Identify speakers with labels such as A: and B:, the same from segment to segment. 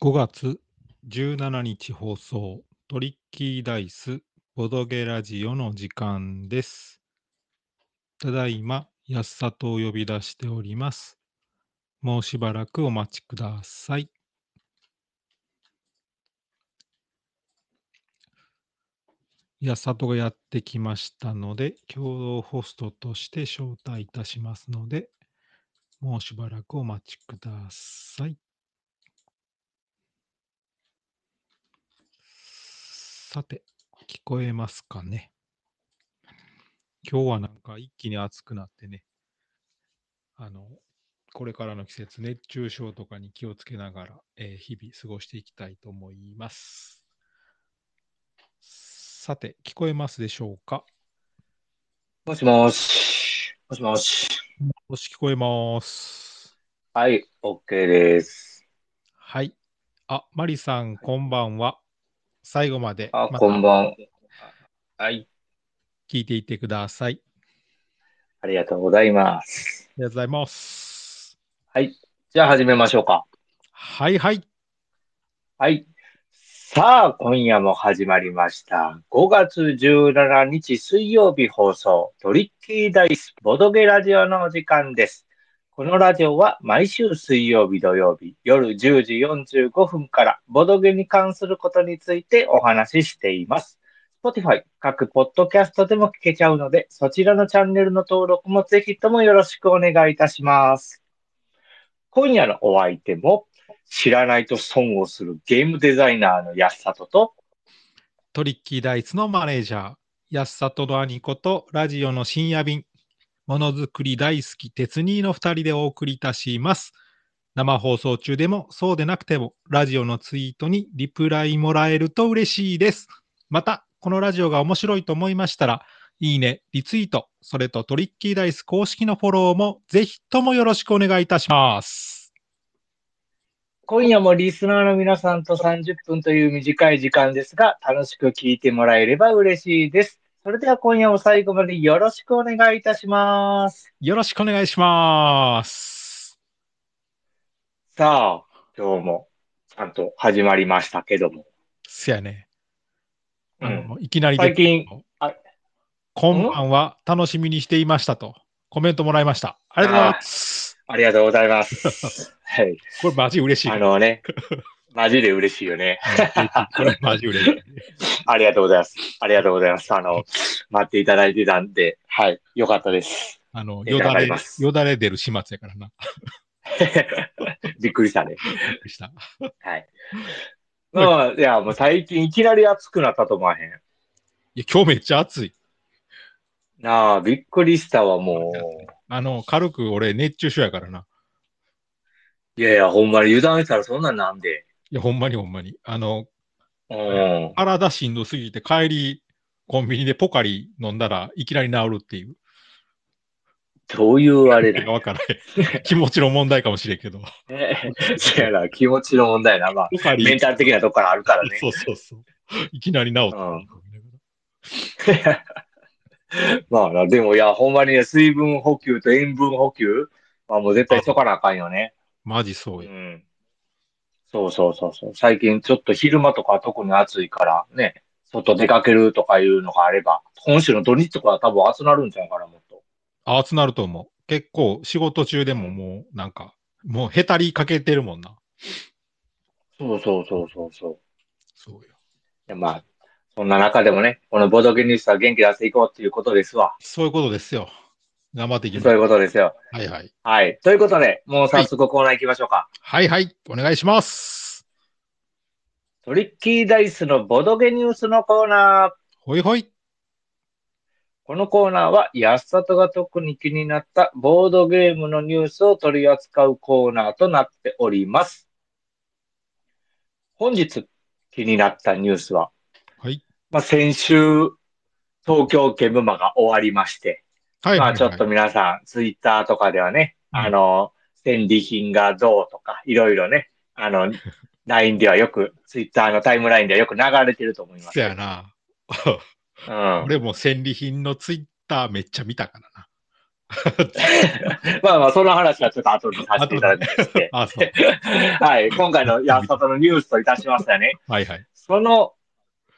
A: 5月17日放送、トリッキーダイスボドゲラジオの時間です。ただいま、安里を呼び出しております。もうしばらくお待ちください。安里がやってきましたので、共同ホストとして招待いたしますので、もうしばらくお待ちください。さて、聞こえますかね。今日はなんか一気に暑くなってね、あの、これからの季節、熱中症とかに気をつけながら、えー日々過ごしていきたいと思います。さて、聞こえますでしょうか
B: もしもし。もしもし。
A: もし聞こえます。
B: はい、OK です。
A: はい。あ、マリさん、こんばんは。最後まで、
B: あ、
A: また
B: こんばんは。はい、
A: 聞いていってください。
B: ありがとうございます。
A: ありがとうございます。
B: はい、じゃあ始めましょうか。
A: はいはい。
B: はい。さあ、今夜も始まりました。5月17日水曜日放送、トリッキーダイスボドゲラジオのお時間です。このラジオは毎週水曜日土曜日夜10時45分からボドゲに関することについてお話ししています。Spotify、各ポッドキャストでも聞けちゃうので、そちらのチャンネルの登録もぜひともよろしくお願いいたします。今夜のお相手も、知らないと損をするゲームデザイナーの安里と、
A: トリッキーダイスのマネージャー、安里の兄こと、ラジオの深夜便、ものづくり大好き、鉄兄の二人でお送りいたします。生放送中でも、そうでなくても、ラジオのツイートにリプライもらえると嬉しいです。また、このラジオが面白いと思いましたら、いいね、リツイート、それとトリッキーダイス公式のフォローも、ぜひともよろしくお願いいたします。
B: 今夜もリスナーの皆さんと30分という短い時間ですが、楽しく聞いてもらえれば嬉しいです。それでは今夜も最後までよろしくお願いいたします。
A: よろしくお願いします。
B: さあ、今日もちゃんと始まりましたけども。
A: せやね。
B: う
A: あ
B: ん、
A: のいきなりで
B: 最近、あ
A: こんばんは、楽しみにしていましたと、コメントもらいました。ありがとうございます。
B: ありがとうございます。 はい。
A: これマジ嬉しい。
B: あのね、マジで嬉しいよね。
A: これマジ嬉しい。
B: ありがとうございます。ありがとうございます。あ の、待っていただいてたんで、はい、よかったです。
A: あの、
B: えら
A: よ
B: い
A: だ
B: あり
A: れ
B: ま、す
A: よだれ出る始末やからな。
B: びっくりしたね。
A: でした。
B: はい。まあ、いや、もう最近いきなり暑くなったと思わへん。
A: いや、今日めっちゃ暑い。
B: なあ、びっくりしたわ、も
A: あの、軽く俺、熱中症やからな。
B: う。いやいや、ほんまに油断したらそんなんなんで。
A: いや、ほんまにほんまに。あの、
B: うん。
A: 体しんどすぎて、帰り、コンビニでポカリ飲んだらいきなり治るっていう。
B: どういうあれ
A: い
B: だ
A: や。わからへん。気持ちの問題かもしれんけど。
B: ねいやな、気持ちの問題な。まあ、
A: ポカリ。
B: メンタル的なとこからあるからね。
A: そうそうそう。いきなり治った。
B: うんまあな、でもいや、ほんまにね、水分補給と塩分補給、まあもう絶対しとかなあかんよね。
A: マジそううや。
B: ん。そうそうそうそう。最近ちょっと昼間とか特に暑いからね、外出かけるとかいうのがあれば、今週の土日とかは多分暑なるんちゃうかな、もっと。
A: あ熱なると思う。結構仕事中でももうなんか、もうへたりかけてるもんな。
B: そうそうそうそうそう。
A: そうよ。
B: でまあ、そんな中でもね、このボドゲニュースは元気出していこうっていうことですわ。
A: そういうことですよ。頑張っていきまし
B: そうい
A: ょ
B: う
A: う。
B: ことですよ。
A: はいはい。
B: はい。ということで、もう早速コーナー行きましょうか。
A: はいはい。お願いします。
B: トリッキーダイスのボドゲニュースのコーナー。
A: ほいほい。
B: このコーナーは、安里が特に気になったボードゲームのニュースを取り扱うコーナーとなっております。本日気になったニュースは、
A: はい。
B: まあ、先週、東京ゲームマが終わりまして、
A: はい
B: ま
A: はい、
B: あ、ちょっと皆さん、ツイッターとかではね、
A: うん
B: あの、戦利品がどうとか、いろいろね、あの、LINE ではよく、ツイッターのタイムラインではよく流れてると思います。
A: せやな。
B: うん。
A: 俺も戦利品のツイッターめっちゃ見たからな。
B: まあまあ、その話はちょっと後にさせていただきまして。
A: あ、 そう。
B: はい。今回の安里のニュースといたしましてはね、
A: はいはい。
B: その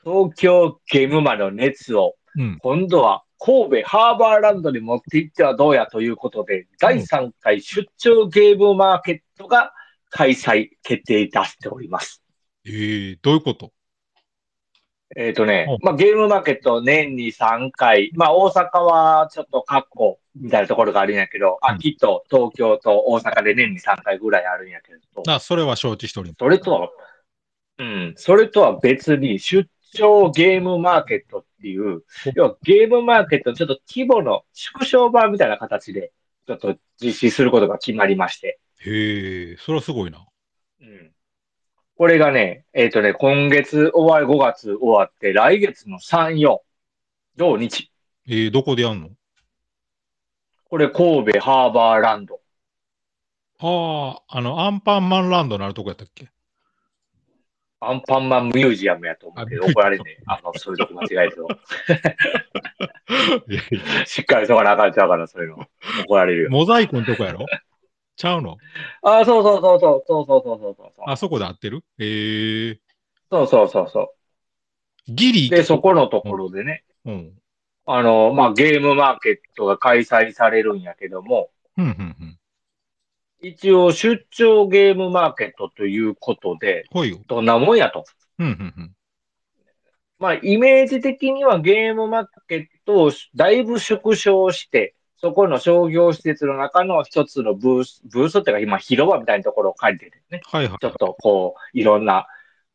B: 東京ゲームマの熱を
A: うん。
B: 今度は神戸ハーバーランドに持って行ってはどうやということで、第3回出張ゲームマーケットが開催決定いたしております。
A: えー、どういうこと
B: えっ、とね
A: う、
B: まあ、ゲームマーケット年に3回、まあ、大阪はちょっと括弧みたいなところがあるんやけど、
A: うん
B: 秋と東京と大阪で年に3回ぐらいあるんやけど、
A: あ、それは承知しております。
B: それとは、うん、それとは別に、出張ゲームマーケットっていう、要はゲームマーケットのちょっと規模の縮小版みたいな形で、ちょっと実施することが決まりまして。
A: へえ、それはすごいな。
B: うん。これがね、えっ、とね、今月終わり、5月終わって、来月の3、4、同日。
A: えー、どこでやんの
B: これ、神戸ハーバーランド。
A: ああ、あの、アンパンマンランドのあるとこやったっ け
B: アンパンマンミュージアムやと思うけど、
A: あミュージアム
B: 怒られて、あの、そういうとこ間違えても、
A: いやいや
B: しっかりしとかなあかんちゃうから、そういうの。怒られるよ。
A: モザイクのとこやろ ちゃうの
B: あ、そうそうそうそう、そうそうそうそうそう。
A: あそこで合ってるえー、
B: そうそうそうそ
A: ギリ
B: う。で、そこのところでね、
A: うん。
B: あの、まあ、ゲームマーケットが開催されるんやけども、
A: うん、うん、うん。
B: 一応出張ゲームマーケットということで、
A: ほいよ。
B: どんなもんやと。
A: うん、うん、うん。
B: まあ、イメージ的にはゲームマーケットをだいぶ縮小して、そこの商業施設の中の一つのブース、ブースっていうか今広場みたいなところを借りてるね。
A: はいはい
B: ちょっ。とこう、いろんな、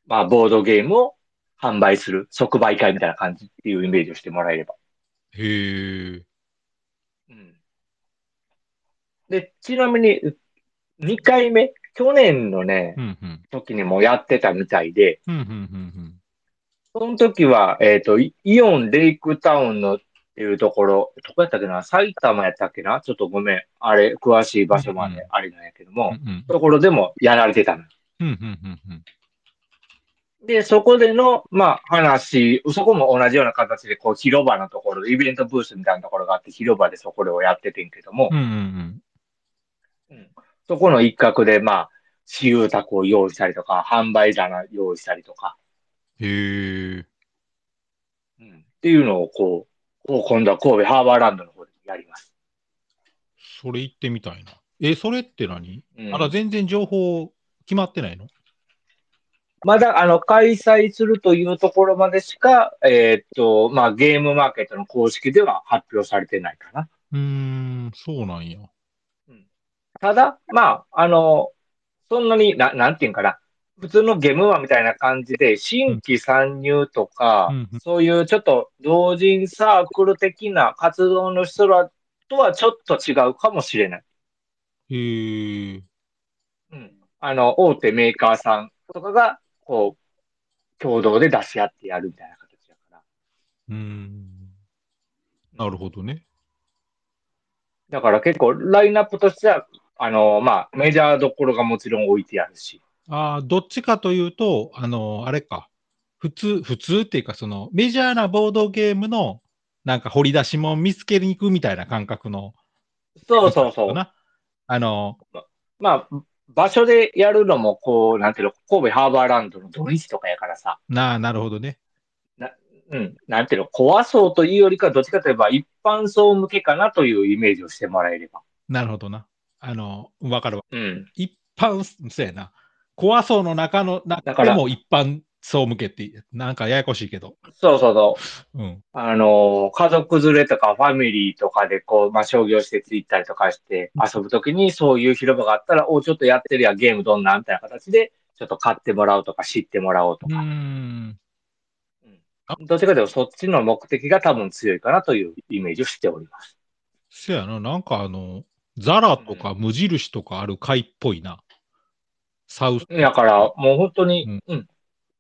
B: まあ、ボードゲームを販売する、即売会みたいな感じっていうイメージをしてもらえれば。
A: へえ。
B: うんで、ちなみに、2回目、去年のね
A: う、ん、うん。
B: 時にもやってたみたいで、
A: うん、うん、うん、
B: その時は、えっ、と、イイオンレイクタウンのっていうところ、どこやったっけな埼玉やったっけなちょっとごめん。あれ、詳しい場所ま
A: うんう
B: であれなんやけども、
A: うん。うん、
B: ところでもやられてたの。
A: うん、うん、うんうん。
B: で、そこでの、まあ、話、そこも同じような形で、こう、広場のところ、イベントブースみたいなところがあって、広場でそこをやっててんけども、
A: うん、うん、
B: そこの一角で、まあ、私有宅を用意したりとか、販売棚用意したりとか、
A: うん。へえ。
B: っていうのを、こう、こう今度は神戸ハーバーランドの方でやります。
A: それ行ってみたいな。え、それって何
B: うん
A: まだ全然情報決まってないの
B: まだ、あの、開催するというところまでしか、えーっと、まあ、ゲームマーケットの公式では発表されてないかな。
A: うーん、そうなんや。
B: ただ、まあ、あの、そんなにな、なんていうんかな、普通のゲームマンみたいな感じで、新規参入とか、
A: うんうん
B: そういうちょっと同人サークル的な活動の人らとはちょっと違うかもしれない。
A: へえ。
B: うん。あの、大手メーカーさんとかが、こう、共同で出し合ってやるみたいな形だから。
A: うーん。なるほどね。
B: だから結構、ラインナップとしては、あの、まあ、メジャーどころがもちろん置いてあるし。
A: ああ、どっちかというと、あの、あれか。普通、普通っていうか、その、メジャーなボードゲームの、なんか掘り出し物見つけに行くみたいな感覚の。
B: そうそうそう
A: か。な。あの、
B: まあ、場所でやるのも、こう、なんていうの、神戸ハーバーランドの土日とかやからさ、
A: なあ、なるほどね。
B: うん、なんていうの、怖そうというよりか、どっちかといえば一般層向けかなというイメージをしてもらえれば。
A: なるほどな。あの、わかるわ。
B: うん。
A: 一般、そうやな。怖そうの中の、
B: だ
A: 中
B: か
A: で
B: ら
A: も一般層向けって、なんかややこしいけど。
B: そうそうそう。
A: うん。
B: あのー、家族連れとかファミリーとかで、こう、まあ、商業施設行ったりとかして遊ぶときに、そういう広場があったら、おちょっとやってるやん、ゲームどんなんみたいな形で、ちょっと買ってもらおうとか、知ってもらおうと
A: うー
B: か。
A: ん。
B: どっちかというと、そっちの目的が多分強いかなというイメージをしております。
A: そうやな。なんかあの、ザラとか無印とかある会っぽいな。サウス。
B: だから、もう本当に、うん、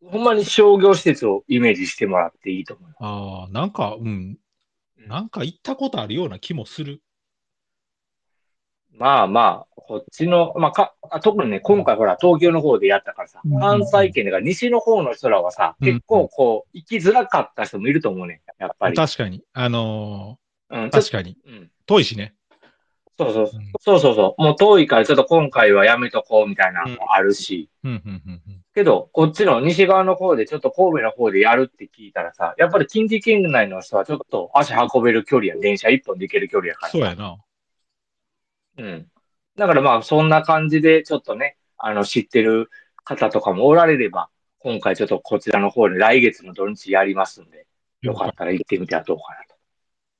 B: ほんまに商業施設をイメージしてもらっていいと思いま
A: ああ、なんか、うん。
B: す。
A: なんか行ったことあるような気もする。
B: まあまあ、こっちの、まあか、あ特にね、今回ほら、東京の方でやったからさ
A: うん、
B: 関西圏だから西の方の人らはさ、
A: うん
B: 結構こう、行きづらかった人もいると思うね、やっぱり。
A: 確かに。あの
B: うん、
A: ー
B: ちょっ
A: 確かに。
B: と、うん、
A: 遠いしね。
B: そうそうそう。
A: うん
B: そうそうそう。もう遠いからちょっと今回はやめとこうみたいなのもあるし。
A: うんうんうんうん
B: けど、こっちの西側の方でちょっと神戸の方でやるって聞いたらさ、やっぱり近畿圏内の人はちょっと足運べる距離や、電車一本で行ける距離やから。
A: そうやな。
B: うん。だからまあ、そんな感じで、ちょっとね、あの、知ってる方とかもおられれば、今回ちょっとこちらの方で来月の土日やりますんで、よかったら行ってみてはどうかなと。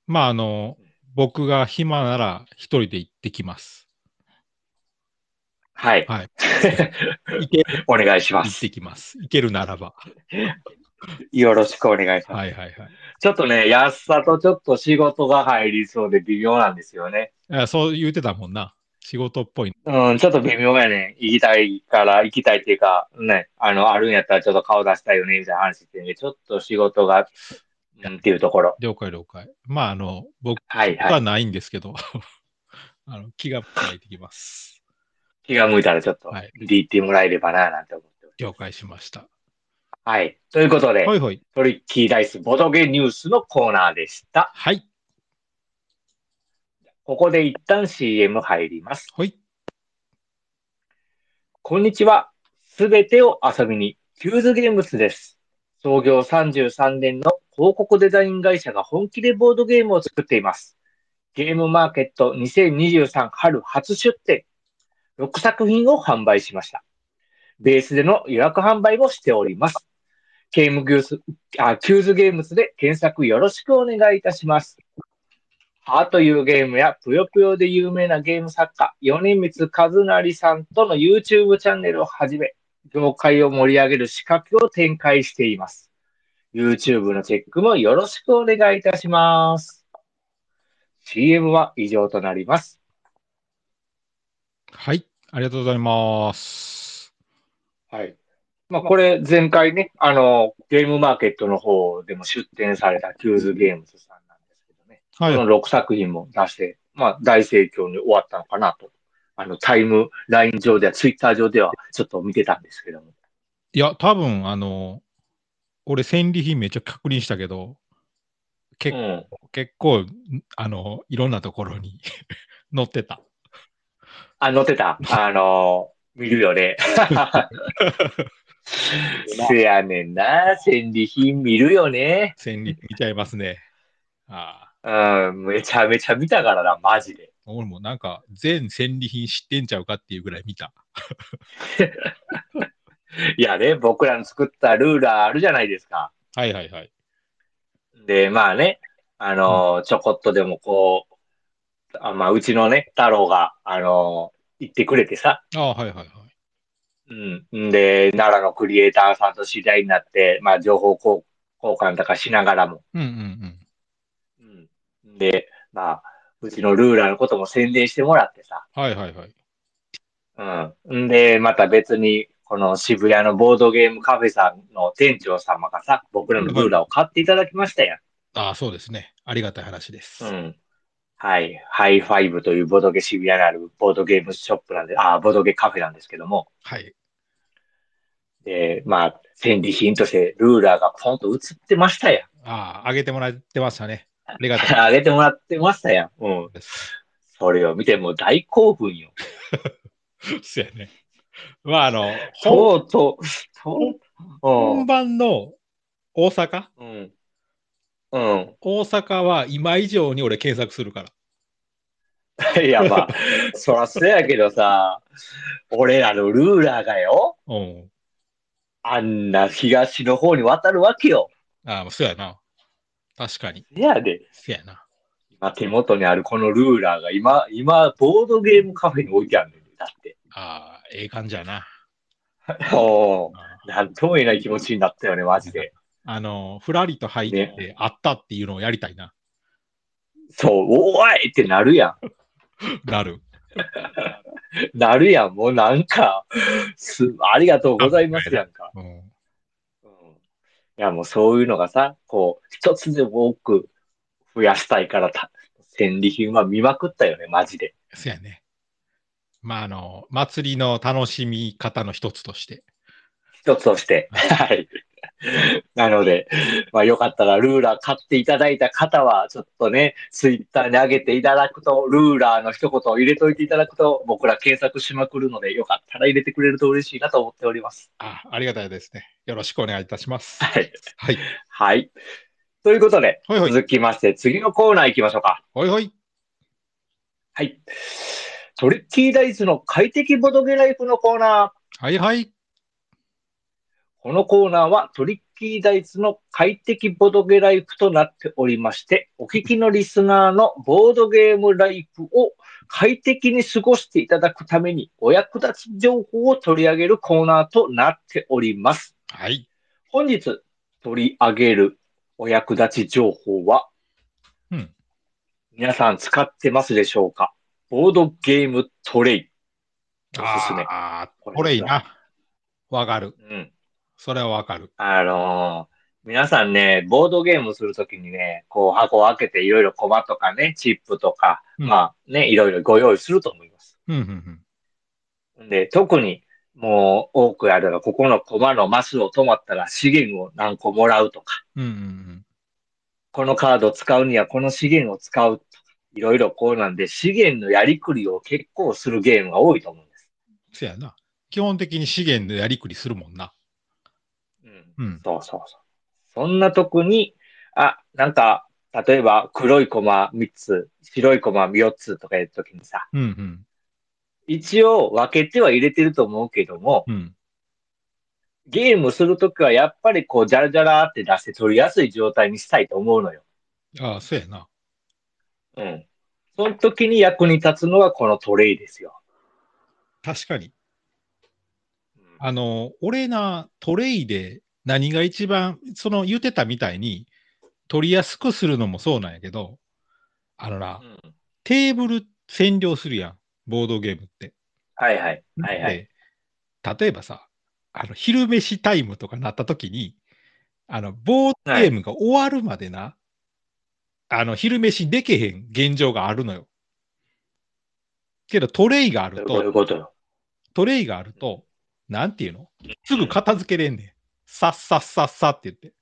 A: まあ、あの、僕が暇なら一人で行ってきます。
B: はい。
A: はい行ける
B: お願いしま
A: 行っ
B: す。
A: てきます。行けるならば。
B: よろしくお願いします。
A: はいはいはい
B: ちょっとね、安さとちょっと仕事が入りそうで微妙なんですよね。
A: あ。そう言うてたもんな。仕事っぽい。
B: うん、ちょっと微妙やね。行きたいから、行きたいっていうか、ね、あの、あるんやったらちょっと顔出したいよね、みたいな話してね、ちょっと仕事が、うん、っていうところ。
A: 了解了解。まあ、あの、僕
B: はいはい。
A: はないんですけど、 あの気が向いてきます。
B: 気が向いたらちょっと
A: はい
B: 見ていってもらえればな、なんて思ってます。
A: 了解しました。
B: はい。ということで、
A: ほいほい。
B: トリッキーダイスボドゲニュースのコーナーでした。
A: はい。
B: ここで一旦 CM 入ります。
A: ほい。
B: こんにちは。すべてを遊びに、キューズゲームスです。創業33年の広告デザイン会社が本気でボードゲームを作っています。ゲームマーケット2023春初出展。6作品を販売しました。ベースでの予約販売もしております。ゲームギュースあキューズゲームスで検索よろしくお願いいたします。ハーというゲームや、ぷよぷよで有名なゲーム作家、米光和成さんとの YouTube チャンネルをはじめ、業界を盛り上げる仕掛けを展開しています。YouTube のチェックもよろしくお願いいたします。CM は以上となります。
A: はい。ありがとうございます。
B: はい。まあ、これ、前回ね、あの、ゲームマーケットの方でも出展されたキューズゲームズさんなんですけどね。
A: はい。
B: この6作品も出して、まあ、大盛況に終わったのかなと。あの、タイムライン上では、ツイッター上では、ちょっと見てたんですけども。
A: いや、多分あの、俺、戦利品めっちゃ確認したけど、
B: う
A: 結
B: ん。
A: 結構、あの、いろんなところに 載ってた。
B: あ、載ってた。あのー見るよね。せやねんな。戦利品見るよね。
A: 戦利品見ちゃいますね。ああ。
B: うん。めちゃめちゃ見たからな、マジで。
A: 俺もなんか、全戦利品知ってんちゃうかっていうぐらい見た。
B: いやね、僕らの作ったルーラーあるじゃないですか。
A: はいはいはい。
B: で、まあね、あのーちょこっとでもこう、あまあ、うちのね、太郎が、あのー行ってくれてさ、
A: ああ、はいはいはい。
B: うん。んで、奈良のクリエイターさんと知り合いになって、まあ、情報交交換とかしながらも、
A: うんうんうん。
B: うん。で、まあ、うちのルーラーのことも宣伝してもらってさ、
A: はいはいはい。
B: うん。んで、また別に、この渋谷のボードゲームカフェさんの店長様がさ、僕らのルーラーを買っていただきましたやん。
A: ああ、そうですね。ありがたい話です。
B: うん。はい。ハイファイブというボードゲ渋谷にあるボードゲームショップなんで、あー、ボードゲカフェなんですけども、
A: はい。
B: で、まあ、戦利品としてルーラーがポンと映ってましたやん。
A: ああ、あげてもらってましたね。ありが たい
B: あげてもらってましたやん。う ん。
A: です。
B: それを見てもう大興奮よ。
A: そうやね。まあ、あの、
B: とうとう、と
A: 本
B: う、
A: 番の大阪
B: うん。うん。うん。
A: 大阪は今以上に俺検索するから。
B: いや、まあ、そらそうやけどさ、俺らのルーラーがよ、
A: うん。
B: あんな東の方に渡るわけよ。
A: ああ、そうやな。確かに。
B: いやで、
A: そうやな。
B: 今手元にあるこのルーラーが今、今、ボードゲームカフェに置いてあるんだよ、だって。
A: ああ、ええ感じやな。
B: おー
A: ああ
B: なんとも言えない気持ちになったよね、マジで。
A: あの、ふらりと入って、あったっていうのをやりたいな。
B: そう、おーいってなるや
A: なる。
B: ん。なるやん。もうなんか、す、ありがとうございますやんか。
A: うん。
B: うん、いや、もうそういうのがさ、こう、一つでも多く増やしたいからた、戦利品は見まくったよね、マジで。
A: そうやね。まあ、あの、祭りの楽しみ方の一つとして。
B: 一つとして。はい。なので、まあ、よかったらルーラー買っていただいた方は、ちょっとね、ツイッターに上げていただくと、ルーラーの一言を入れといていただくと、僕ら検索しまくるので、よかったら入れてくれると嬉しいなと思っております。
A: あありがたいですね。よろしくお願いいたします。
B: はい。
A: はい。
B: はい。ということで、
A: ほいほい。
B: 続きまして、次のコーナー行きましょうか。
A: ほいほい。
B: はい。トリッキーダイスの快適ボドゲライフのコーナー。
A: はいはい。
B: このコーナーはトリッキーダイスの快適ボードゲライフとなっておりまして、お聞きのリスナーのボードゲームライフを快適に過ごしていただくためにお役立ち情報を取り上げるコーナーとなっております。
A: はい。
B: 本日取り上げるお役立ち情報は、
A: うん
B: 皆さん使ってますでしょうかボードゲームトレイ。おすすめ。
A: ああ、
B: こ
A: これいい。な。わかる。
B: うん。
A: それはわかる。
B: あのー皆さんね、ボードゲームするときにね、こう箱を開けていろいろコマとかね、チップとか、
A: うん
B: まあね、いろいろご用意すると思います。
A: うんうんうん。
B: で、特にもう多くあるのが、ここのコマのマスを止まったら資源を何個もらうとか、
A: うんうんうん。
B: このカードを使うにはこの資源を使うとか、いろいろこうなんで、資源のやりくりを結構するゲームが多いと思うんです。
A: せやな。基本的に資源のやりくりするもんな。
B: うん
A: うん。
B: そうそうそう。そんなとこに、あ、なんか、例えば黒いコマ3つ、白いコマ4つとかやるときにさ、
A: うんうん。
B: 一応分けては入れてると思うけども、
A: うん。
B: ゲームするときはやっぱりこう、じゃらじゃらって出して取りやすい状態にしたいと思うのよ。
A: ああ、せやな。
B: うん。その時に役に立つのがこのトレイですよ。
A: 確かに。
B: うん
A: あの、俺な、トレイで何が一番、その言ってたみたいに、取りやすくするのもそうなんやけど、あのな、
B: うん
A: テーブル占領するやん、ボードゲームって。
B: はいはい。はいはい。
A: で例えばさ、あの昼飯タイムとかなった時に、あのボードゲームが終わるまでな、あの昼飯でけへん現状があるのよ。けどトレイがある
B: どういう
A: と、
B: ことよ。
A: トレイがあると、なんていうのすぐ片付けれんねん。さっさっさっさって言って。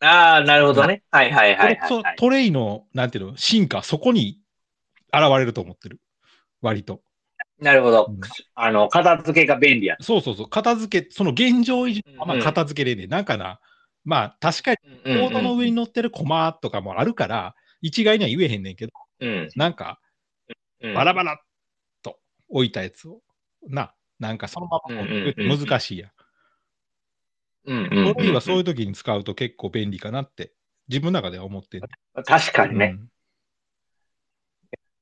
B: ああ、なるほどね。はいはいはいはい、
A: そ
B: はい。
A: トレイの、なんていうの、進化、そこに現れると思ってる。割と。
B: なるほど
A: うん。
B: あの、片付けが便利や。
A: そうそうそう、片付け、その現状維持のま
B: う
A: ま
B: ん
A: 片付けれねえ、なんかな、まあ確かに、
B: ボ
A: ボードの上に乗ってるコマとかもあるから、一概には言えへんねんけど、
B: うん。
A: なんか、
B: うん
A: バラバラっと置いたやつを、な、なんかそのまま
B: うんうんうんうん
A: 難しいやん。
B: うんうん
A: こ
B: う
A: の
B: んう
A: 時
B: ん
A: はそういう時に使うと結構便利かなって、自分の中では思ってる。
B: 確かにね。
A: うん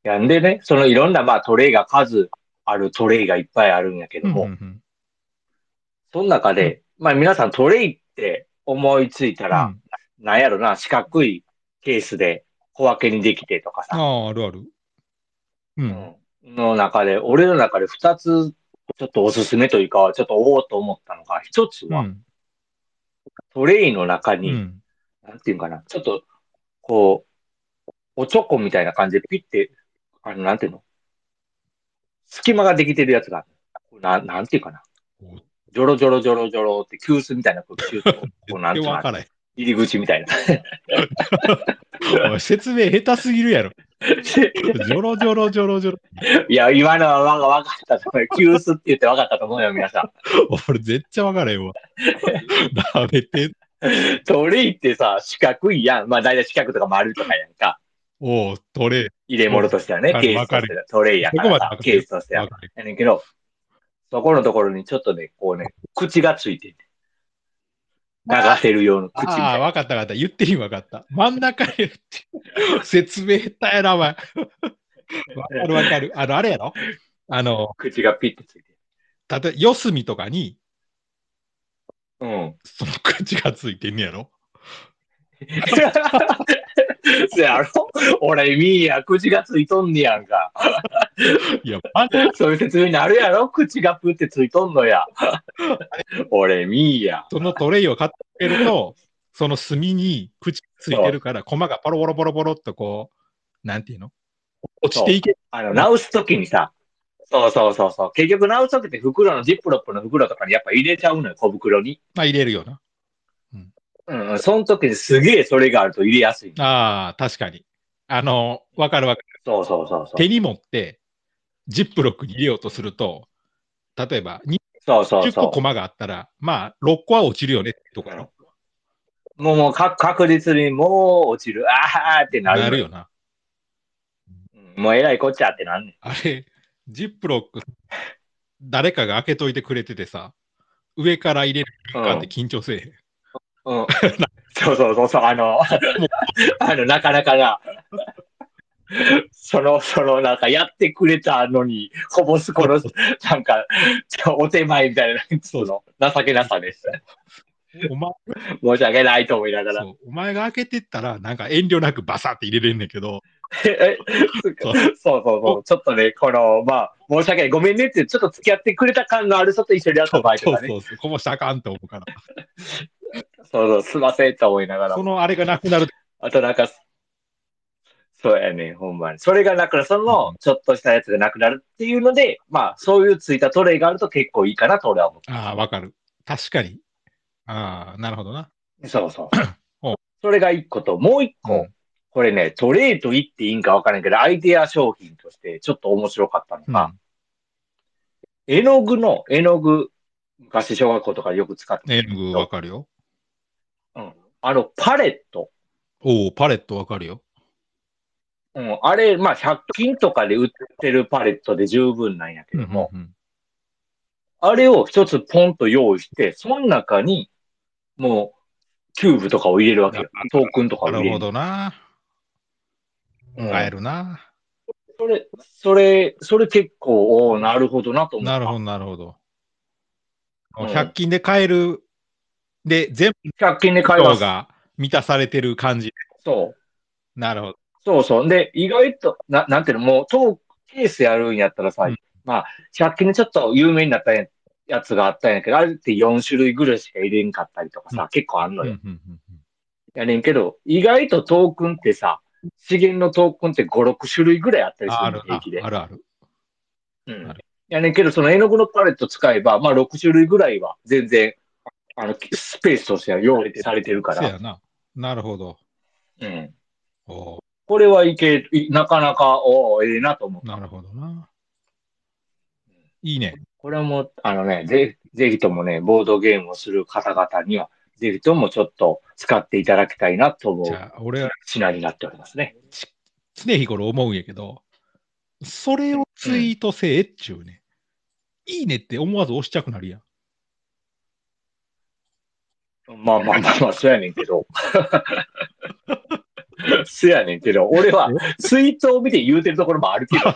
B: やんでね、そのいろんなまあトレイが数あるトレイがいっぱいあるんやけども、
A: うんうん
B: その中で、まあ皆さんトレイって思いついた
A: うん
B: ら、なんやろな、四角いケースで小分けにできてとか
A: あ
B: さ、
A: あ、あるある。うん。
B: うんの中で、俺の中で二つ、ちょっとおすすめというか、ちょっとおおと思ったのが、一つ
A: う
B: は、
A: ん。
B: トレイの中に、
A: うん
B: なんていうんかな、ちょっと、こう、おちょこみたいな感じでピッて、あの、なんていうの隙間ができてるやつがある。ななんていうかな。
A: お
B: ジョロジョロジョロジョロって、急須みたいな、こう、急須こう、なんて
A: で
B: いうの
A: わからへん
B: 入り口みたいな。
A: おい説明下手すぎるやろ。ジョロジョロジョロジョロ。
B: いや、今のはわがわかったと思う。急須って言ってわかったと思うよ、皆さ
A: 俺、絶対分からへん わ。なめてん、
B: ん。トレイってさ、四角いやん。まあ、だいたい四角とか丸とかやんか。
A: おう、トレ
B: 入れ物としてはね、
A: わかる
B: ケースとしてはトレイやか
A: そ
B: ら
A: こまでわ
B: さ
A: か、る
B: ケースとして
A: ー。
B: は
A: わ。かる
B: やねんけど、そこのところにちょっとね、こうね、口がついてて。流せる用の口み
A: あ
B: た
A: あ、
B: いな。
A: 分かった分かった。言ってる分かった。真ん中へって。説明下手やな、お 前。分かる分かる。あの、あれやろあの、
B: 口がピッてついてる。
A: たとえ、四隅とかに、
B: うん。
A: その口がついてんねやろ
B: そやろ俺、ミーや、口がついとんねやんか。
A: いや、まず、
B: そういう説明になるやろ口がプってついとんのや。俺、ミーや。
A: そのトレイを買ってると、その隅に口がついてるから、コマがポロポロポロポロっとこう、なんていうの落ちていけ
B: あの、直すときにさ、そうそうそうそう。結局直すときって袋のジップロップの袋とかにやっぱ入れちゃうのよ、小袋に。
A: まあ入れるよな。
B: うん、その時にすげえそれがあると入れやすい。
A: ああ、確かに。あの、わかるわかる。
B: そうそうそうそう。
A: 手に持って、ジップロックに入れようとすると、例えばに
B: そうそう
A: 10個
B: そ
A: 駒があったら、まあ、6個は落ちるよねってとこやろ。
B: う。もうもうか確実にもう落ちる。ああってなる。
A: なるよな。
B: うんもうえらいこっちゃってなんねん。
A: あれ、ジップロック、誰かが開けといてくれててさ、上から入れる瞬間って緊張せえへん。
B: うん。そうそうそうそう、あの、 あの、なかなかな、その、その、なんかやってくれたのに、こぼすこの、なんか、ちょお手前みたいな、その、情けなさです。
A: お前
B: 申し訳ないと思いながら。
A: そうお前が開けてったら、なんか遠慮なくバサって入れれんねんけど、
B: えそうそうそう、ちょっとね、この、まあ、申し訳ない、ごめんねって、ちょっと付き合ってくれた感のある人と一緒にやった場合と
A: そう
B: かね、
A: そうそう、こぼしたらあかんと思うから。
B: そうそう、すいませんと思いながら
A: そ。のあれがなくなると
B: あとなんか、そうやね、ほんまに。それがなくなる、その、ちょっとしたやつがなくなるっていうので、まあ、そういうついたトレイがあると結構いいかなと俺は思
A: ああ、わかる。確かに。ああ、なるほどな。。
B: う。そうそううんそれが一個と、もう一個、
A: うん
B: これね、トレイと言っていいんかわからんけど、アイデア商品としてちょっと面白かったの
A: う
B: が、
A: ん
B: 絵の具の、絵の具、昔小学校とかでよく使って
A: 絵の具わかるよ。
B: うん、あの、パレット。
A: おお、パレットわかるよ。
B: うん、あれ、まあ、100均とかで売ってるパレットで十分なんやけども、
A: うん
B: あれを一つポンと用意して、その中に、もう、キューブとかを入れるわけよ。トークンとかを
A: な
B: 入
A: るほ
B: れる。
A: どな。
B: うん
A: 買えるな。
B: それ、それ、それ結構、おーなるほどなと思った。
A: なるほど、なるほど。
B: うん
A: 100均で買える、で、全部
B: 100均で買いま
A: の
B: す。
A: が満たされてる感じ。
B: そう。
A: なるほど。
B: そうそう。で、意外と、ななんていうの、もう、トークケースやるんやったらさ、
A: うん
B: まあ、100均でちょっと有名になったややつがあったんやけど、あれって4種類ぐらいしか入れんかったりとかさ、
A: うん
B: 結構あんの
A: うん
B: よ。
A: うんうんうん
B: やねんけど、意外とトークンってさ、資源のトークンって5、6種類ぐらいあったりす
A: ああ
B: る
A: る
B: の、平気で
A: な。あるある。
B: うん
A: ある
B: やねんけど、その絵の具のパレット使えば、まあ6種類ぐらいは全然、あの、スペースとしては用意されてるか
A: せ
B: ら、
A: やな。なるほど。
B: うん。
A: お
B: これはいけ、いなかなか、おーええなと思
A: ー
B: う。
A: なるほどな。いいね。
B: これも、あのね、ぜぜひともね、ボードゲームをする方々には、ぜひともちょっと使っていただきたいなと思
A: じ
B: う
A: ゃあ、俺は
B: 品になっておりますね。
A: 常日頃思うんやけど、それをツイートせえっちゅうね。いいねって思わず押したくなるやん。
B: まあまあまあまあ、そうやねんけど。 そうやねんけど、俺はツイートを見て言うてるところもあるけ ど。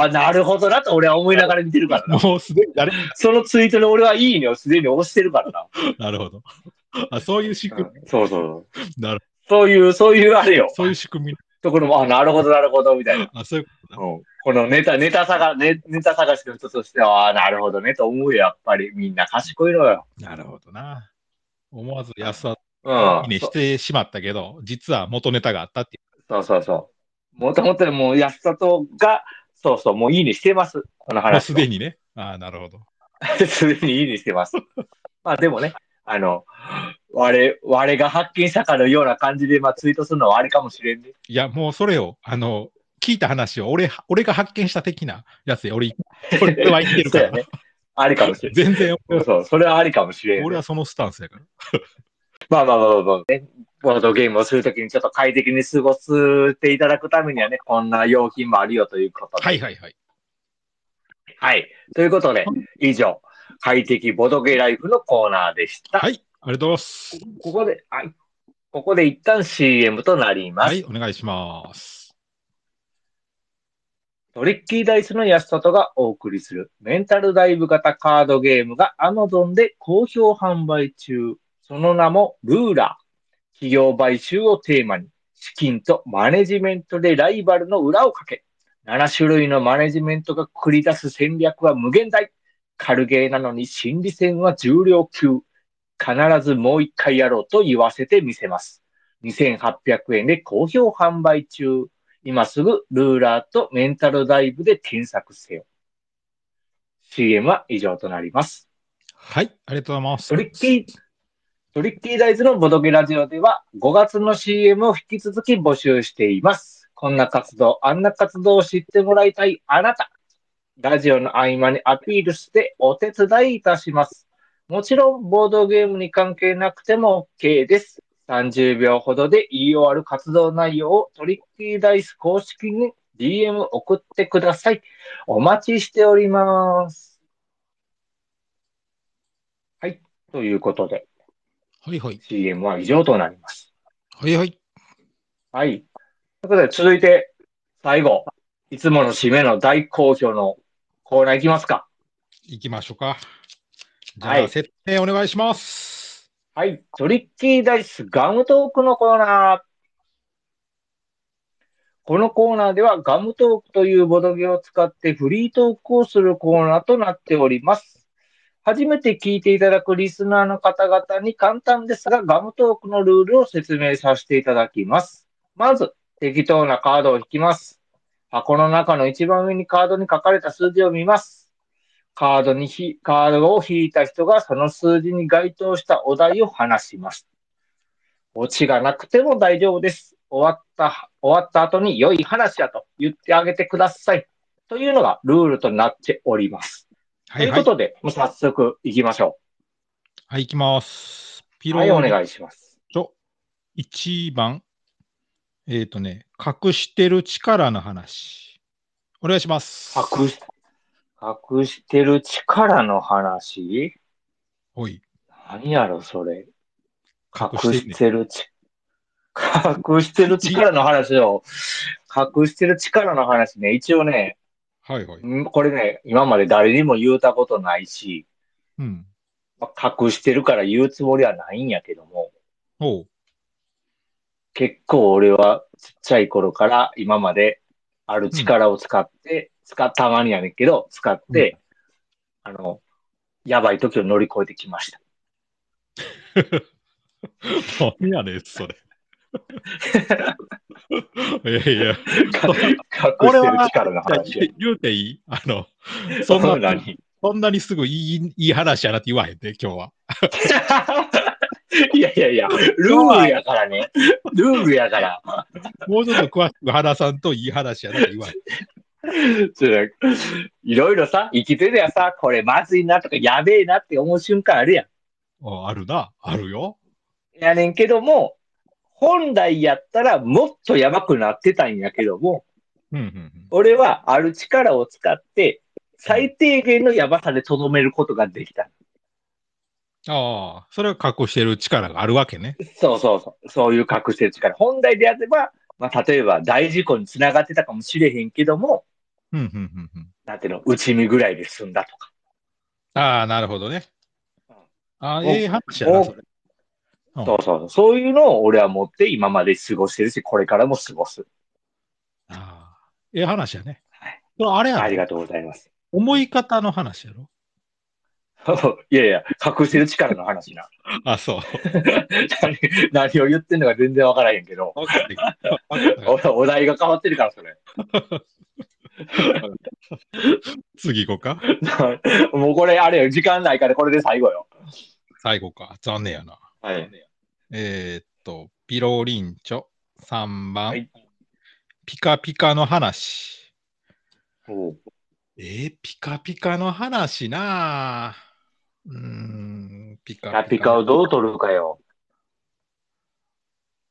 B: あ、なるほどなと俺は思いながら見てるからな。
A: もうすでに誰も
B: そのツイートの俺はいいねをすでに押してるからな。
A: なるほど。あそういう仕
B: う
A: 組み、
B: ん、そうそう。
A: なる
B: そういう、そういうあれよ。
A: そういう仕組み。
B: ところも、あ、なるほど、なるほど、みたいな。
A: あそういう
B: うん、このネタ、ネタ探、ネネタ探しの人としては、あなるほどね、と思うよ、やっぱり。みんな賢いのよ。
A: なるほどな。思わず安さ
B: うん。
A: いいねしてしまったけど、実は元ネタがあったってい
B: そうそうそう。もともともう安里が、そうそう、もういいねしてます。この
A: う。もう
B: 話。
A: すでにね。ああ、なるほど。
B: に。 すでにいいねしてます。まあでもね、あの、我、我が発見したかのような感じで、まあツイートするのはあれかもしれんね。
A: いや、もうそれを、あの、聞いた話を俺、俺が発見した的なやつで、俺、俺は言ってるから、
B: そうやねあれかもしれん。
A: 全然、
B: そうそう、それはありかもしれんね、
A: 俺はそのスタンスやから。
B: まあまあまあまあまあ、ね、ボードゲームをするときにちょっと快適に過ごしていただくためにはね、こんな用品もあるよということで。
A: はいはいはい。
B: はい。ということで、以上、快適ボドゲライフのコーナーでした。
A: はい、ありがとうございます。
B: ここで、はい。ここで一旦 CM となりま
A: は
B: す。
A: い、お願いします。
B: トリッキーダイスの安里がお送りするメンタルダイブ型カードゲームが Amazon で好評販売中。その名もルーラー。企業買収をテーマに、資金とマネジメントでライバルの裏をかけ、7種類のマネジメントが繰り出す戦略は無限大。軽ゲーなのに心理戦は重量級。必ずもう一回やろうと言わせてみせます。2800円で好評販売中。今すぐルーラーとメンタルダイブで検索せよ。CM は以上となります。
A: はい、ありがとうございます。
B: トリッキー、トリッキーダイズのボドゲラジオでは5月の CM を引き続き募集しています。こんな活動、あんな活動を知ってもらいたいあなた。ラジオの合間にアピールしてお手伝いいたします。もちろん、ボードゲームに関係なくても OK です。30秒ほどで言い終わる活動内容をトリッキーダイス公式に DM 送ってください。お待ちしております。はい。ということで。
A: はいはい。
B: CM は以上となります。
A: はいはい。
B: はい。ということで、続いて、最後、いつもの締めの大好評のコーナーいきますか。
A: 行きましょうか。じゃあ、
B: はい
A: 設定お願いします。
B: はい。トリッキーダイスガムトークのコーナー。このコーナーではガムトークというボドゲを使ってフリートークをするコーナーとなっております。初めて聞いていただくリスナーの方々に簡単ですがガムトークのルールを説明させていただきます。まず、適当なカードを引きます。箱の中の一番上にカードに書かれた数字を見ます。カードにひ、カードを引いた人がその数字に該当したお題を話します。オチがなくても大丈夫です。終わった、終わった後に良い話やと言ってあげてください。というのがルールとなっております。
A: はい
B: とい
A: は
B: う
A: い
B: こ。とで、もう早速行きましょ
A: はい、行きます。ピ
B: う。
A: ロ
B: はい、お
A: ー
B: 願いします。
A: 1番。えっ、とね、隠してる力の話。お願いします。
B: 隠し、隠してる力の話
A: おい。
B: 何やろ、それ。
A: 隠
B: 隠
A: してる
B: し
A: ね
B: てるち、隠してる力の話を、隠してる力の話ね、一応ね、
A: はいはい。
B: んこれね、今まで誰にも言うたことないし、
A: うん。
B: まあ隠してるから言うつもりはないんやけども、
A: おう。
B: 結構俺はちっちゃい頃から今まである力を使って、使ったまにやねんけど、使って、あの、やばい時を乗り越えてきました。
A: 何やねん、それ。 いやいや、
B: 隠してる力の話や。
A: 言うていいあの、そ んな、
B: に。
A: そんなにすぐいい、いい話やなって言わへんで、今日は。
B: いやいやいや、ルールやからね。ルールやから。
A: もうちょっと詳しく原さんといい話やなって言わへん。
B: それいろいろさ、生きてるやさ、これまずいなとか、やべえなって思う瞬間あるや
A: ああるな、あるよ。
B: ん。やねんけども、本来やったらもっとやばくなってたんやけども、
A: うんうんうん。
B: 俺はある力を使って、最低限のやばさでとどめることができた。
A: ああ、それを隠してる力があるわけね。
B: そうそうそう。そういう隠してる力。本来であれば、まあ、例えば大事故につながってたかもしれへんけども、
A: うんうんうんうん。
B: なんていうの、打ち身ぐらいで済んだとか。
A: ああ、なるほどね。ああ、
B: お
A: ええ話やな、それ。うん
B: そうそうそう。そういうのを俺は持って今まで過ごしてるし、これからも過ごす。
A: ああ、ええ話やね
B: はい。
A: それあれや
B: あり
A: ろ
B: がとうございます。
A: 思い方の話やろ
B: いやいや、隠してる力の話な。
A: あ、そう。
B: 何何を言ってんのか全然わからへんけど。
A: わかってきたわかってきた
B: おお題が変わってるから、それ。
A: 次行こうか。
B: もうこれ、あれよ、時間ないからこれで最後よ。
A: 最後か。残念やな。
B: はい。
A: えーっと、ピロリンチョ3番、
B: はい
A: ピカピカの話。
B: おう
A: えー、ピカピカの話なあうーん、ピカ
B: ピカピカを
A: う
B: どう取るかよ。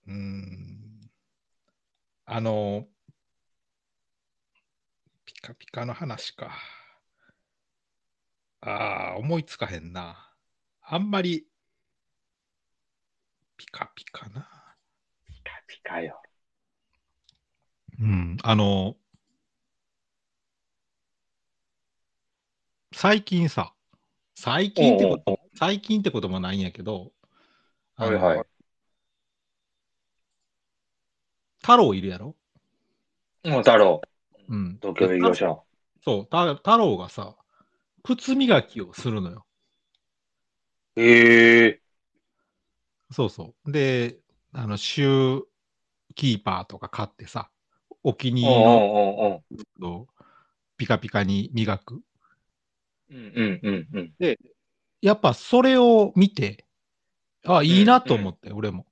A: うーん。あの、ピカピカの話か。ああ、思いつかへんな。あんまり、ピカピカな。
B: ピカピカよ。
A: うん、あの、最近さ、最近ってこと、
B: おう
A: 最近ってこともないんやけど、あ
B: はい
A: の
B: はい。
A: 太郎いるやろ
B: もう太郎、
A: うん。
B: 東京へ行きましょ
A: そう、た太郎がさ、靴磨きをするのよ。
B: う。へえ
A: そうそう。で、あの、シューキーパーとか買ってさ、お気に
B: ー。
A: 入りの
B: おうおうおう
A: 靴をピカピカに磨く。
B: うんうんうんうん。
A: やっぱそれを見て、あ、いいなと思って、俺も。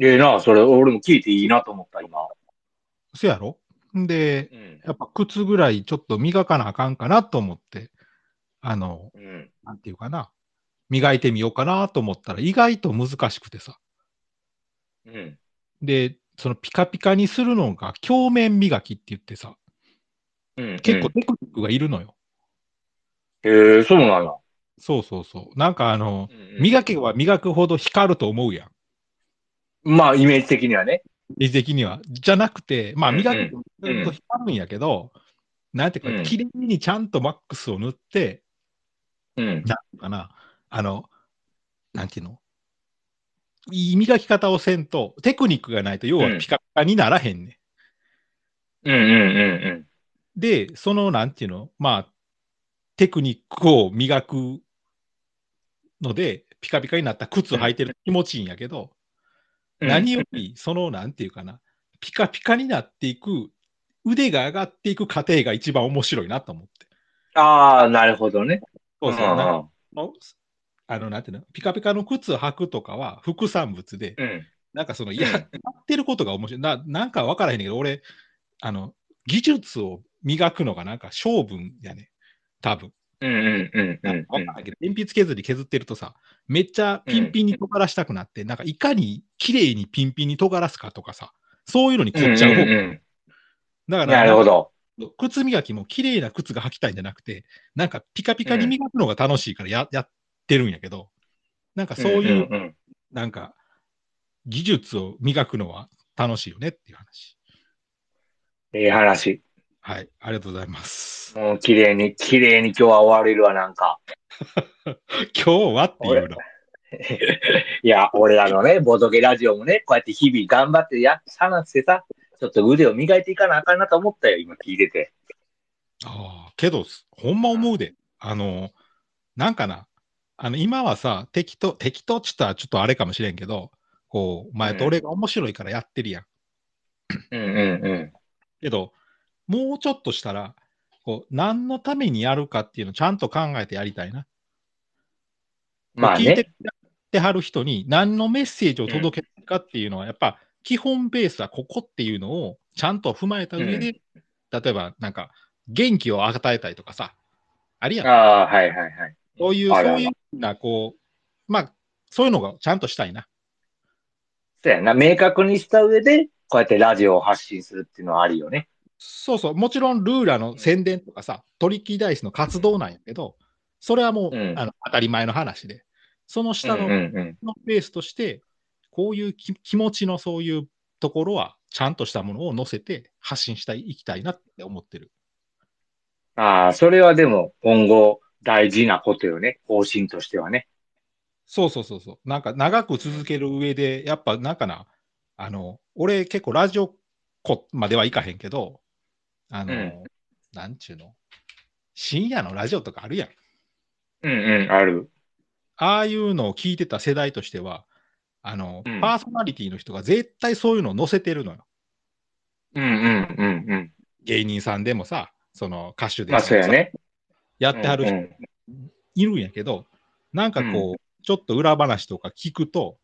B: ええな、それ、俺も聞いていいなと思った、今。
A: そやろんで、
B: うん。
A: やっぱ靴ぐらいちょっと磨かなあかんかなと思って、あの、
B: うん。
A: なんていうかな、磨いてみようかなと思ったら意外と難しくてさ。
B: うん。
A: で、そのピカピカにするのが鏡面磨きって言ってさ、
B: うん。
A: 結構テクニックがいるのよ。
B: ええそうなんや。
A: そうそうそう。なんかあの、
B: うん
A: 磨けば磨くほど光ると思うやん。
B: まあ、イメージ的にはね。
A: 理的には。じゃなくて、まあ、
B: うんうん
A: 磨きをすると光るんやけど、なんていう
B: う
A: か、
B: ん
A: 綺麗にちゃんとマックスを塗って、
B: うん。
A: なんていうかな、あの、なんていうのいい磨き方をせんと、テクニックがないと、要はピカピカにならへんね、
B: うんうんうん
A: ん。で、その、なんていうのまあ、テクニックを磨くので、ピカピカになった靴履いてると気持ちいいんやけど、
B: うん。
A: 何より、その、なんていうかな、ピカピカになっていく、腕が上がっていく過程が一番面白いなと思って。
B: ああ、なるほどね。
A: そうそう。なんか
B: ん
A: のあの、なんていうの、ピカピカの靴履くとかは副産物で、
B: うん。
A: なんかその、
B: ん
A: やってることが面白い。ななんかわからへんねんけど、俺、あの、技術を磨くのがなんか勝負やね。多分。
B: うんうんうんうん
A: な
B: うんん
A: かわからんけど、鉛筆削り削ってるとさ、めっちゃピンピンに尖らしたくなって、なんかいかに綺麗にピンピンに尖らすかとかさ、そういうのに凝っちゃう方
B: うんうん
A: だから、
B: うんなるほど。
A: 靴磨きも綺麗な靴が履きたいんじゃなくて、なんかピカピカに磨くのが楽しいからや,、やってるんやけど、なんかそういう、
B: んん
A: なんか、技術を磨くのは楽しいよねっていう話。
B: うん。いい話。
A: はい、ありがとうございます。
B: もう綺麗に、綺麗に今日は終われるわ、なんか。
A: 今日はっていうの。
B: いや、俺らのね、ボトゲラジオもね、こうやって日々頑張ってやっ話してさ、ちょっと腕を磨いていかなあかんなと思ったよ、今聞いてて。
A: ああ、けど、ほんま思うで。あの、なんかな、あの、今はさ、適当、適当っつったらちょっとあれかもしれんけど、こう、前と俺が面白いからやってるやん。
B: うんうんうん。
A: けど、もうちょっとしたら、こう、何のためにやるかっていうのをちゃんと考えてやりたいな。
B: まあ
A: 聞いて
B: ね。
A: くれてはる人に何のメッセージを届けるかっていうのは、やっぱ基本ベースはここっていうのをちゃんと踏まえた上で、例えばなんか元気を与えたいとかさ、あるやん。
B: ああ、はいはいはい。
A: そういう、
B: あらあら
A: そういうような、こう、まあ、そういうのがちゃんとしたいな。
B: そうやな。明確にした上で、こうやってラジオを発信するっていうのはあるよね。
A: そうそう、もちろんルーラーの宣伝とかさ、トリッキーダイスの活動なんやけど、それはもう、
B: うん
A: あの当たり前の話で、その下の
B: うんうん
A: のベースとして、こういうき気持ちのそういうところは、ちゃんとしたものを載せて発信したい、いきたいなって思ってる。
B: うん。ああ、それはでも今後大事なことよね。方針としてはね。
A: そうそうそうそう。なんか長く続ける上で、やっぱなんかな、あの、俺結構ラジオこまではいかへんけど、あの、
B: うん
A: なんちゅうの、深夜のラジオとかあるやん。
B: うんうん、ある。
A: ああいうのを聞いてた世代としては、あの、
B: うん
A: パーソナリティの人が絶対そういうのを載せてるのよ。
B: うんうんうんうん。
A: 芸人さんでもさ、その歌手でも
B: まあ、
A: さ
B: そうやね。
A: やってはる人
B: うんうん
A: いるんやけど、なんかこう、ちょっと裏話とか聞くと、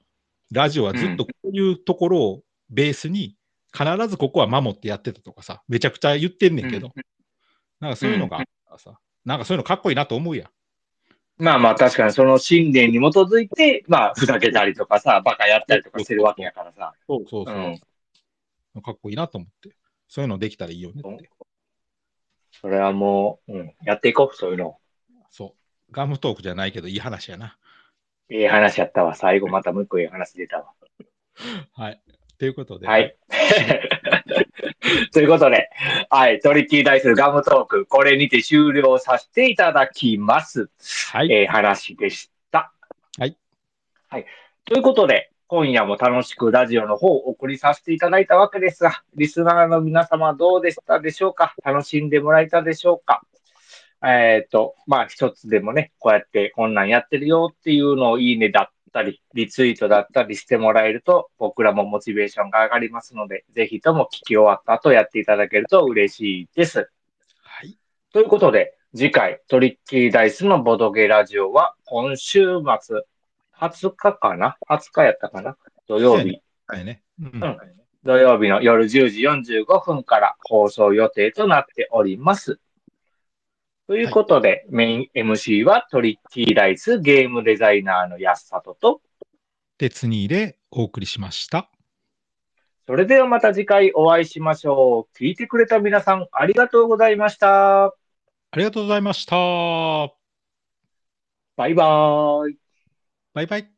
A: ラジオはずっとこういうところをベースに、必ずここは守ってやってたとかさ、めちゃくちゃ言ってんねんけど、なんかそういうのがあったらさ、なんかそういうのかっこいいなと思うやん。
B: まあまあ確かにその信念に基づいて、まあふざけたりとかさ、バカやったりとかしてるわけやからさ。
A: そうそうそう。
B: うん
A: かっこいいなと思って、そういうのできたらいいよねって。
B: それはもう、うん、やっていこう、そういうの。
A: そう。ガムトークじゃないけど、いい話やな。
B: ええ話やったわ。最後またもう一個ええ話出たわ。
A: はい。ということで、
B: はい。 ということで、はい、トリッキーダイスガムトーク、これにて終了させていただきます。
A: はい
B: えー話でした。
A: はい。
B: はい。ということで、今夜も楽しくラジオの方をお送りさせていただいたわけですが、リスナーの皆様どうでしたでしょうか楽しんでもらえたでしょうかえっ、と、まあ一つでもね、こうやってこんなんやってるよっていうのをいいねだったり、リツイートだったりしてもらえると、僕らもモチベーションが上がりますので、ぜひとも聞き終わった後やっていただけると嬉しいです。
A: はい。
B: ということで、次回、トリッキーダイスのボドゲラジオは、今週末、20日かな ?20 日やったかな土曜
A: そうや
B: 日
A: ね。はいね。うん
B: ん土曜日の夜10時45分から放送予定となっております。ということで、メイン MC はトリッキーライスゲームデザイナーの安里と、
A: 鉄2でお送りしました。
B: それではまた次回お会いしましょう。聞いてくれた皆さんありがとうございました。
A: ありがとうございました。
B: バイバーイ。
A: バイバイ。